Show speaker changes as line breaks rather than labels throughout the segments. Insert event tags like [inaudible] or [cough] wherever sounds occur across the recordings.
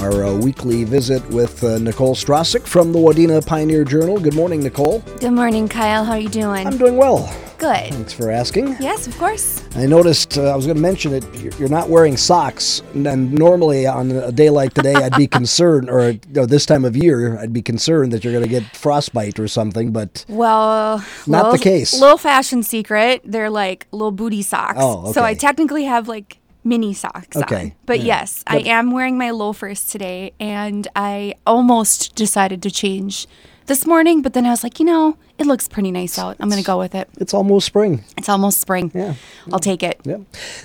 Our uh, weekly visit with uh, Nicole Strasick from the Wadena Pioneer Journal. Good morning, Nicole.
Good morning, Kyle. How are you doing?
I'm doing well.
Good.
Thanks for asking.
Yes, of course.
I noticed uh, I was going to mention it. You're you're not wearing socks, and- and normally on a day like today, I'd [laughs] be concerned, or you know, this time of year, I'd be concerned that you're going to get frostbite or something. But
Well,
Not the
little,
case.
Little fashion secret. They're like little booty socks.
Oh,
So I
okay.
technically have like mini socks
Okay,
on. But
yeah.
yes, I am wearing my loafers today, and I almost decided to change this morning, but then I was like, you know, it looks pretty nice out. I'm going to go with it.
it's almost spring.
It's almost spring.
Yeah.
I'll take it.
Yeah.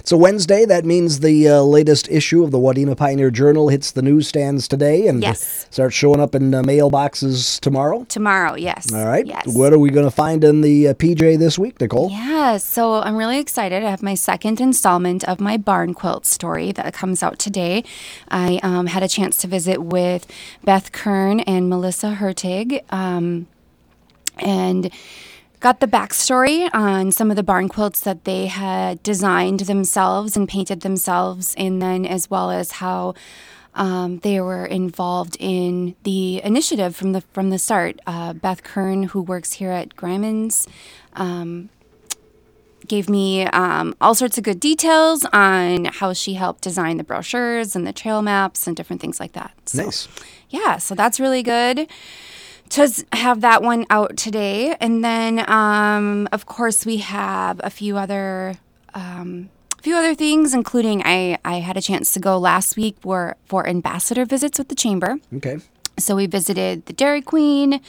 So Wednesday, that means the uh, latest issue of the Wadena Pioneer Journal hits the newsstands today and
Yes.
starts showing up in uh, mailboxes tomorrow.
Tomorrow, yes.
All right.
Yes.
What are we going to find in the uh, PJ this week, Nicole?
Yeah, so I'm really excited. I have my second installment of my barn quilt story that comes out today. I um, had a chance to visit with Beth Kern and Melissa Hertig. Um, and got the backstory on some of the barn quilts that they had designed themselves and painted themselves, and then as well as how um, they were involved in the initiative from the from the start. Uh, Beth Kern, who works here at Grimmins. Um, Gave me um, all sorts of good details on how she helped design the brochures and the trail maps and different things like that. So,
Nice.
yeah, so that's really good to s- have that one out today. And then, um, of course, we have a few other. Um, a few other things including I, I had a chance to go last week for, for ambassador visits with the chamber
Okay.
so we visited the Dairy Queen.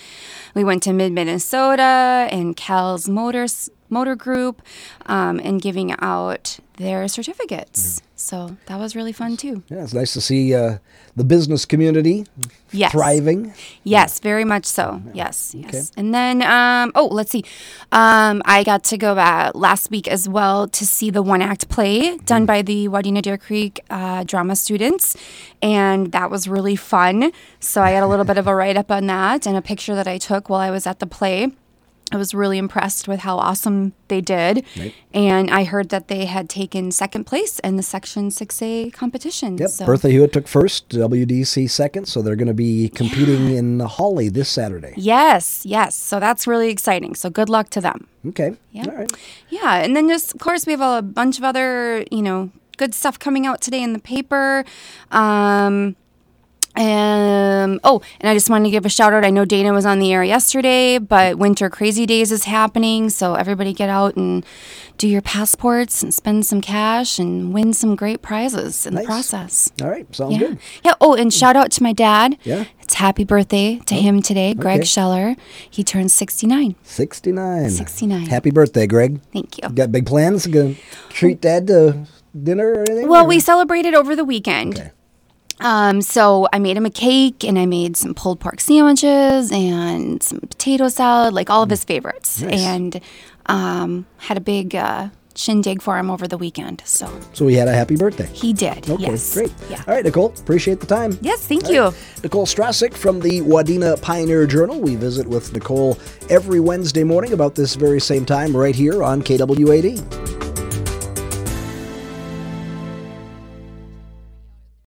We went to Mid Minnesota and Cal's Motors Motor Group, um, and giving out their certificates. So that was really fun too.
Yeah, it's nice to see uh, the business community
Yes.
thriving.
Yes, very much so. Yes, yes. And then, um, oh, let's see. Um, I got to go uh, last week as well to see the one act play done by the Wadena Deer Creek uh, drama students, and that was really fun. So I got a little bit of a write up on that and a picture that I took while I was at the play. I was really impressed with how awesome they did. And I heard that they had taken second place in the Section 6A competition.
Yep.
So
Bertha Hewitt took first, WDC second, so they're going to be competing in Holly this Saturday.
Yes, yes. So that's really exciting. So good luck to them.
Okay. All right.
Yeah, and then just of course we have a bunch of other you know good stuff coming out today in the paper. Um, um, oh, and I just wanted to give a shout out. I know Dana was on the air yesterday, but Winter Crazy Days is happening, so everybody get out and do your passports and spend some cash and win some great prizes in
Nice.
the process.
All right. Sounds
Yeah.
good.
Yeah. Oh, and shout out to my dad.
Yeah. Oh,
It's happy birthday to him today, Greg
Okay.
Scheller. He turns 69.
69.
69.
Happy birthday, Greg.
Thank you. Oh.
Got big plans? Gonna treat Dad to dinner or anything?
Well,
or-
we celebrated over the weekend.
Okay.
Um, so I made him a cake and I made some pulled pork sandwiches and some potato salad, like all of his favorites.
Mm. Nice.
And um, had a big uh, shindig for him over the weekend. So
So we had a happy birthday.
he did.
Okay,
yes.
great.
Yeah.
All right, Nicole, appreciate the time.
Yes, thank you.
Nicole Strasick from the Wadena Pioneer Journal. We visit with Nicole every Wednesday morning about this very same time right here on KWAD.